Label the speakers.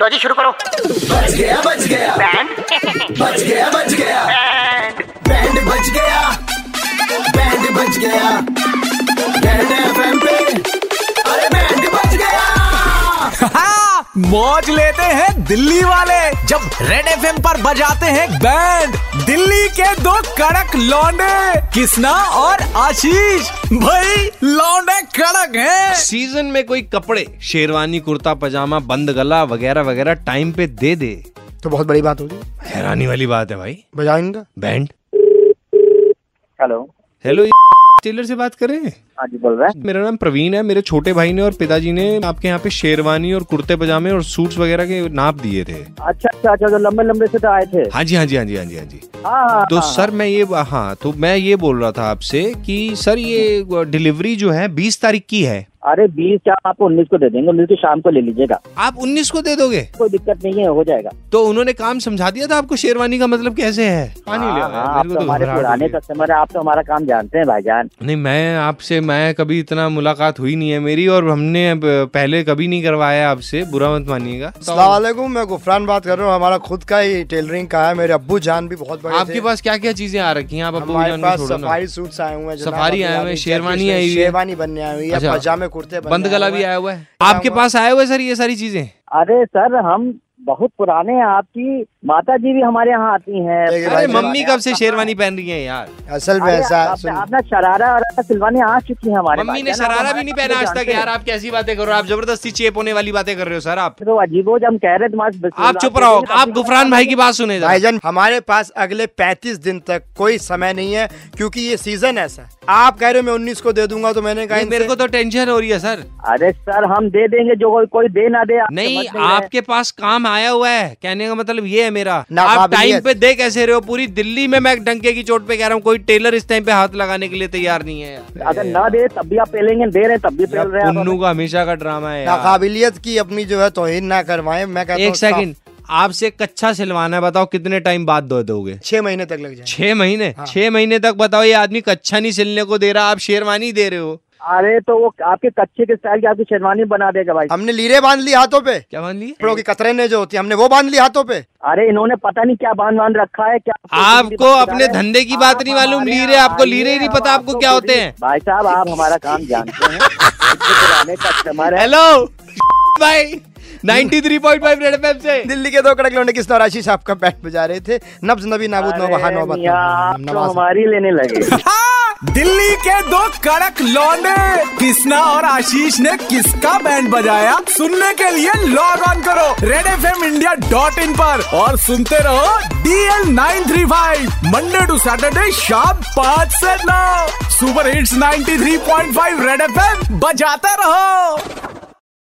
Speaker 1: लो जी शुरू करो
Speaker 2: बच गया बच गया
Speaker 1: बैंड
Speaker 2: बच गया बच गया
Speaker 1: बैंड
Speaker 2: बैंड बच गया बैंड बच गया बैंड एफएम पे अरे बैंड बच गया
Speaker 3: हाँ, मौज लेते हैं दिल्ली वाले जब रेड एफ पर बजाते हैं बैंड दिल्ली के दो कड़क लौंडे किसना और आशीष भाई लौंडे कड़क हैं
Speaker 4: सीजन में कोई कपड़े शेरवानी कुर्ता पजामा बंद गला वगैरह वगैरह टाइम पे दे दे
Speaker 5: तो बहुत बड़ी बात होगी
Speaker 4: हैरानी वाली बात है भाई
Speaker 5: बजाओ इनका
Speaker 6: हाँ
Speaker 4: बैंड
Speaker 6: हेलो
Speaker 4: हेलो टेलर से बात करें
Speaker 6: हाँ जी बोल रहे हैं
Speaker 4: मेरा नाम प्रवीण है मेरे छोटे भाई ने और पिताजी ने आपके यहाँ पे शेरवानी और कुर्ते पजामे और सूट्स वगैरह के नाप दिए थे
Speaker 6: अच्छा अच्छा अच्छा जो लंबे लंबे से तो आए थे
Speaker 4: हाँ जी हाँ जी हाँ जी हाँ जी हाँ जी
Speaker 6: हाँ हाँ
Speaker 4: तो सर मैं ये हाँ तो मैं ये बोल रहा था आपसे कि सर ये डिलीवरी जो है बीस तारीख की है
Speaker 6: अरे बीस क्या आप उन्नीस को दे देंगे उन्नीस को शाम को ले लीजिएगा
Speaker 4: आप उन्नीस को दे दोगे
Speaker 6: कोई दिक्कत नहीं है हो जाएगा
Speaker 4: तो उन्होंने काम समझा दिया था आपको शेरवानी का मतलब कैसे है पानी ले
Speaker 6: हाँ,
Speaker 4: आओ
Speaker 6: हाँ,
Speaker 4: यार,
Speaker 6: आप
Speaker 4: मेरे को
Speaker 6: तो
Speaker 4: तो
Speaker 6: हमारे
Speaker 4: घबराहट हो रही
Speaker 6: पुराने
Speaker 4: है।
Speaker 6: कस्टमर है आप तो हमारा काम जानते हैं भाईजान
Speaker 4: नहीं मैं आपसे मैं कभी इतना मुलाकात हुई नहीं है मेरी और हमने अब पहले कभी नहीं करवाया आपसे बुरा मत मानिएगा तो
Speaker 5: वालेकुम मैं गुफरान बात कर रहा हूँ हमारा खुद का ही टेलरिंग का है मेरे अब्बू जान भी बहुत बड़े
Speaker 4: आपके
Speaker 5: थे।
Speaker 4: पास क्या क्या चीजें आ रखी हैं आप अब्बू
Speaker 5: हमारे
Speaker 4: जान को
Speaker 5: पास
Speaker 4: छोड़ो ना।
Speaker 5: सफारी सूट्स आए हुए हैं जनाब,
Speaker 4: सफारी
Speaker 5: अभी
Speaker 4: आए हुए हैं,
Speaker 5: अभी
Speaker 4: शेरवानी
Speaker 5: जैकेट्स
Speaker 4: आई हुई है।
Speaker 5: शेरवानी बनने आई हुई है
Speaker 4: अच्छा।
Speaker 5: पजामे कुर्ते बनने
Speaker 4: बंद गला
Speaker 5: आए
Speaker 4: भी
Speaker 5: हुए हाँ,
Speaker 4: आया हुआ है
Speaker 5: आया
Speaker 4: आपके
Speaker 5: हुआ है।
Speaker 4: पास आए हुए हैं, सर ये सारी चीजें
Speaker 6: अरे सर हम बहुत पुराने हैं आपकी माता जी भी हमारे यहाँ आती हैं
Speaker 5: देखिए
Speaker 4: अरे
Speaker 5: भाई,
Speaker 4: मम्मी कब से शेरवानी पहन रही है यार
Speaker 5: हैं। असल में
Speaker 6: अरे,
Speaker 5: ऐसा
Speaker 6: आप-
Speaker 5: सुन
Speaker 6: आप ना शरारा और सिलवाने आ चुकी हैं हमारे
Speaker 4: मम्मी ने
Speaker 6: भाईजान, आप
Speaker 4: शरारा
Speaker 6: हमारे
Speaker 4: भी नहीं
Speaker 6: काम
Speaker 4: पहना आज
Speaker 6: जानते
Speaker 4: तक यार
Speaker 6: हैं।
Speaker 4: आप कैसी बातें कर रहे हो आप जबरदस्ती चेप होने वाली बातें कर रहे हो सर आप
Speaker 6: तो अजीबो हम कह रहे थे तुम्हारे-
Speaker 4: आप चुप रहो
Speaker 6: तो
Speaker 4: आप गुफरान भाई की बात सुने जरा।
Speaker 5: भाईजान हमारे पास अगले 35 दिन तक कोई समय नहीं है क्योंकि ये सीजन ऐसा है आप कह रहे हो मैं 19 को दे दूंगा तो मैंने कहा
Speaker 4: नहीं, मेरे को तो टेंशन हो रही है सर
Speaker 6: अरे सर हम दे देंगे जो कोई- कोई दे ना दे आपसे
Speaker 4: नहीं
Speaker 6: मत ले रहे।
Speaker 4: आपके पास काम आया हुआ है कहने का मतलब ये है मेरा आप
Speaker 5: नाकाबिलियत।
Speaker 4: टाइम पे दे कैसे रहे हो पूरी दिल्ली में मैं डंके की चोट पे कह रहा हूँ कोई टेलर इस टाइम पे हाथ लगाने के लिए तैयार नहीं है यार।
Speaker 6: अगर ना दे तब भी आप पेलेंगे दे रहे हैं, तब भी पेल रहे हैं आप
Speaker 4: पुन्नू का हमेशा का ड्रामा है यार।
Speaker 5: नाकाबिलियत की अपनी जो है तोहिन ना करवाएं मैं कहता
Speaker 4: एक
Speaker 5: हूं साफ-
Speaker 4: सेकंड आपसे कच्चा सिलवाना है बताओ कितने टाइम बाद दो दोगे
Speaker 5: छह महीने तक लग जाए
Speaker 4: छह महीने छह महीने तक बताओ ये आदमी कच्चा नहीं सिलने को दे रहा आप शेरवानी दे रहे हो
Speaker 6: हमें। अरे तो वो आपके कच्चे के स्टाइल की आपकी शेरवानी बना देगा भाई
Speaker 5: हमने लीरे बांध ली हाथों पे
Speaker 4: क्या मान लिए
Speaker 5: कपड़ों की कतरे ने जो होती है हमने वो बांध ली हाथों पे
Speaker 6: अरे इन्होंने पता नहीं क्या बांध बांध रखा है क्या
Speaker 4: आपको अपने धंधे की बात नहीं मालूम,
Speaker 6: हमारे
Speaker 4: लीरे,
Speaker 6: यहाँ
Speaker 4: आपको लीरे ही नहीं
Speaker 6: आइए,
Speaker 4: पता
Speaker 6: हम
Speaker 4: आपको क्या होते
Speaker 6: पूरी-
Speaker 4: हैं।
Speaker 6: भाई साहब आप हमारा काम जानते हैं इतने पुराने कस्टमर है
Speaker 4: हेलो भाई 93.5 रेड एफएम से
Speaker 5: दिल्ली के दो कड़क लौंडे किस्ना और आशीष आपका बैंड बजा रहे थे नब्ज नबी नाबूद
Speaker 6: अरे
Speaker 5: नौबहा नौबत
Speaker 6: मियाँ, आप तो हमारी लेने लगे
Speaker 3: हाँ, दिल्ली के दो कड़क लौंडे किसना और आशीष ने किसका बैंड बजाया सुनने के लिए लॉग ऑन करो red F M India dot in पर और सुनते रहो DL nine three five Monday to Saturday शाम पाँच से नौ super hits 93.5 red F M बजाते रहो